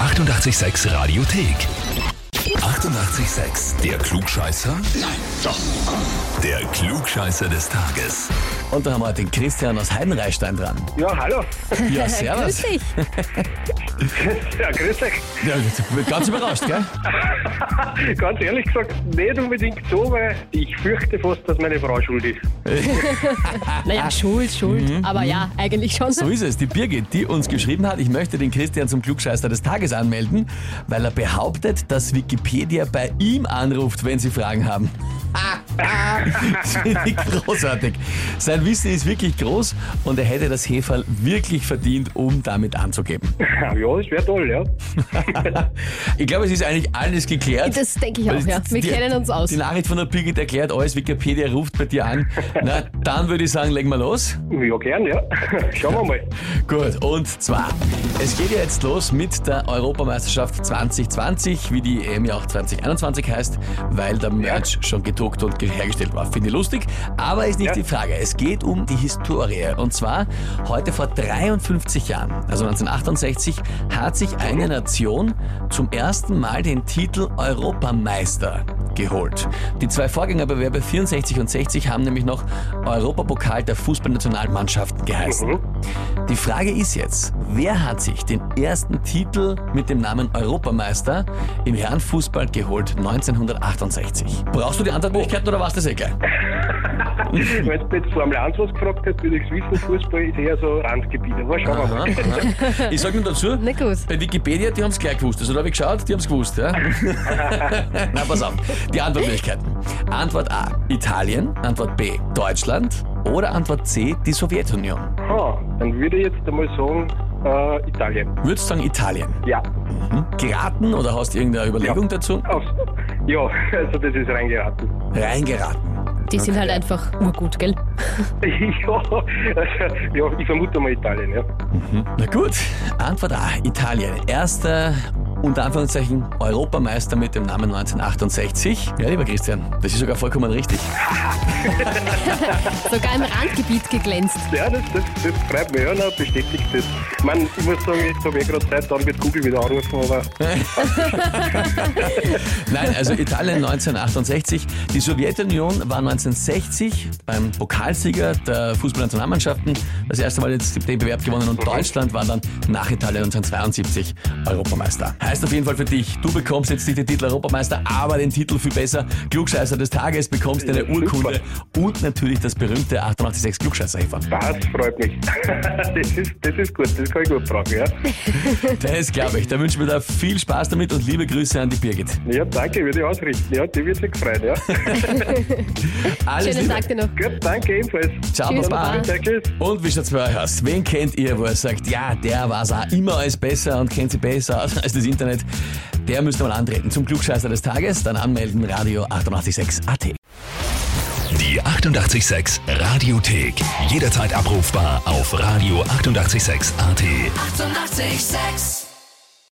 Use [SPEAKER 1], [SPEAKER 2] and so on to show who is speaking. [SPEAKER 1] 886 Radiothek. 88,6. Der Klugscheißer? Nein, doch. Der Klugscheißer des Tages.
[SPEAKER 2] Und da haben wir den Christian aus Heidenreichstein dran.
[SPEAKER 3] Ja, hallo.
[SPEAKER 2] Ja,
[SPEAKER 4] Grüß
[SPEAKER 2] servus.
[SPEAKER 4] dich.
[SPEAKER 3] Ja, grüß euch.
[SPEAKER 2] Ja, ganz überrascht, gell?
[SPEAKER 3] Ganz ehrlich gesagt, nicht unbedingt so, weil ich fürchte fast, dass meine Frau schuld ist.
[SPEAKER 4] Naja, Schuld, Schuld. Aber ja, eigentlich schon.
[SPEAKER 2] Ah. Mhm. So ist es. Die Birgit, die uns geschrieben hat, ich möchte den Christian zum Klugscheißer des Tages anmelden, weil er behauptet, dass Wikipedia bei ihm anruft, wenn sie Fragen haben. Das finde ich großartig. Sein Wissen ist wirklich groß und er hätte das Heferl wirklich verdient, um damit anzugeben.
[SPEAKER 3] Ja, das wäre toll, ja.
[SPEAKER 2] Ich glaube, es ist eigentlich alles geklärt.
[SPEAKER 4] Das denke ich auch, ja. Wir
[SPEAKER 2] Die-
[SPEAKER 4] kennen uns aus.
[SPEAKER 2] Die Nachricht von der Birgit erklärt alles, Wikipedia ruft bei dir an. Na, dann würde ich sagen, legen wir los.
[SPEAKER 3] Ja, gern, ja. Schauen wir mal.
[SPEAKER 2] Gut, und zwar, es geht ja jetzt los mit der Europameisterschaft 2020, wie die EM ja auch 2021 heißt, weil der Merch schon gedruckt und hergestellt war. Finde ich lustig, aber ist nicht
[SPEAKER 3] Ja.
[SPEAKER 2] die Frage. Es geht um die Historie. Und zwar, heute vor 53 Jahren, also 1968, hat sich eine Nation zum ersten Mal den Titel Europameister geholt. Die zwei Vorgängerbewerbe 64 und 60 haben nämlich noch Europapokal der Fußballnationalmannschaften geheißen.
[SPEAKER 3] Mhm.
[SPEAKER 2] Die Frage ist jetzt, wer hat sich den ersten Titel mit dem Namen Europameister im Herrenfußball geholt 1968? Brauchst du die Antwortmöglichkeiten oder warst das eh gleich?
[SPEAKER 3] Wenn du jetzt Formel 1 was gefragt hättest, würde ich es wissen. Fußball ist eher so Randgebiet. Aber schauen wir
[SPEAKER 2] Aha,
[SPEAKER 3] mal.
[SPEAKER 2] aha. Ich sag nur dazu,
[SPEAKER 4] Na gut.
[SPEAKER 2] bei Wikipedia, die haben es gleich gewusst. Also da habe ich geschaut, die haben es gewusst. Ja? Na, pass auf. Die Antwortmöglichkeiten. Antwort A, Italien. Antwort B, Deutschland. Oder Antwort C, die Sowjetunion.
[SPEAKER 3] Ha, dann würde ich jetzt einmal sagen, äh, Italien.
[SPEAKER 2] Würdest du sagen Italien?
[SPEAKER 3] Ja.
[SPEAKER 2] Hm? Geraten oder hast du irgendeine Überlegung dazu?
[SPEAKER 3] Aufs. Ja, also das ist reingeraten.
[SPEAKER 2] Reingeraten.
[SPEAKER 4] Die sind halt einfach urgut, gell?
[SPEAKER 3] Ja, also, ja, ich vermute mal Italien, ja.
[SPEAKER 2] Na gut, Antwort A, Italien. Erster unter Anführungszeichen Europameister mit dem Namen 1968. Ja, lieber Christian, das ist sogar vollkommen richtig.
[SPEAKER 4] Sogar im Randgebiet geglänzt.
[SPEAKER 3] Ja, das, das, das freut mich, ja, na, bestätigt das. Ich, mein, ich muss sagen, jetzt habe ich gerade Zeit, dann wird Google wieder anrufen, aber
[SPEAKER 2] Nein, also Italien 1968. Die Sowjetunion war 1960 beim Pokalsieger der Fußballnationalmannschaften das erste Mal jetzt den Bewerb gewonnen und Deutschland war dann nach Italien 1972 Europameister. Heißt auf jeden Fall für dich, du bekommst jetzt nicht den Titel Europameister, aber den Titel viel besser Klugscheißer des Tages, bekommst deine Urkunde und natürlich das berühmte 886 klugscheißer -Hefer.
[SPEAKER 3] das freut mich. Das ist, das ist gut, das kann ich gut fragen, ja.
[SPEAKER 2] Das glaube ich. Da wünschen wir dir viel Spaß damit und liebe Grüße an die Birgit.
[SPEAKER 3] Ja, danke, würde ich ausrichten, ja, die wird sich freuen, ja.
[SPEAKER 2] Alles
[SPEAKER 4] Schönen
[SPEAKER 2] Liebe.
[SPEAKER 4] Tag dir noch.
[SPEAKER 3] Gut, danke ebenfalls.
[SPEAKER 2] Ciao,
[SPEAKER 4] Tschüss,
[SPEAKER 2] Baba.
[SPEAKER 4] Baba.
[SPEAKER 3] Ja, tschüss.
[SPEAKER 2] Und wie schaut's bei euch aus? Wen kennt ihr, wo ihr sagt, ja, der war's auch immer alles besser und kennt sie besser aus als das Internet? Der müsste mal antreten zum Klugscheißer des Tages, dann anmelden, Radio 886 AT.
[SPEAKER 1] Die 88,6 Radiothek. Jederzeit abrufbar auf radio886.at. 88,6.
[SPEAKER 5] Eighty-eight, sex.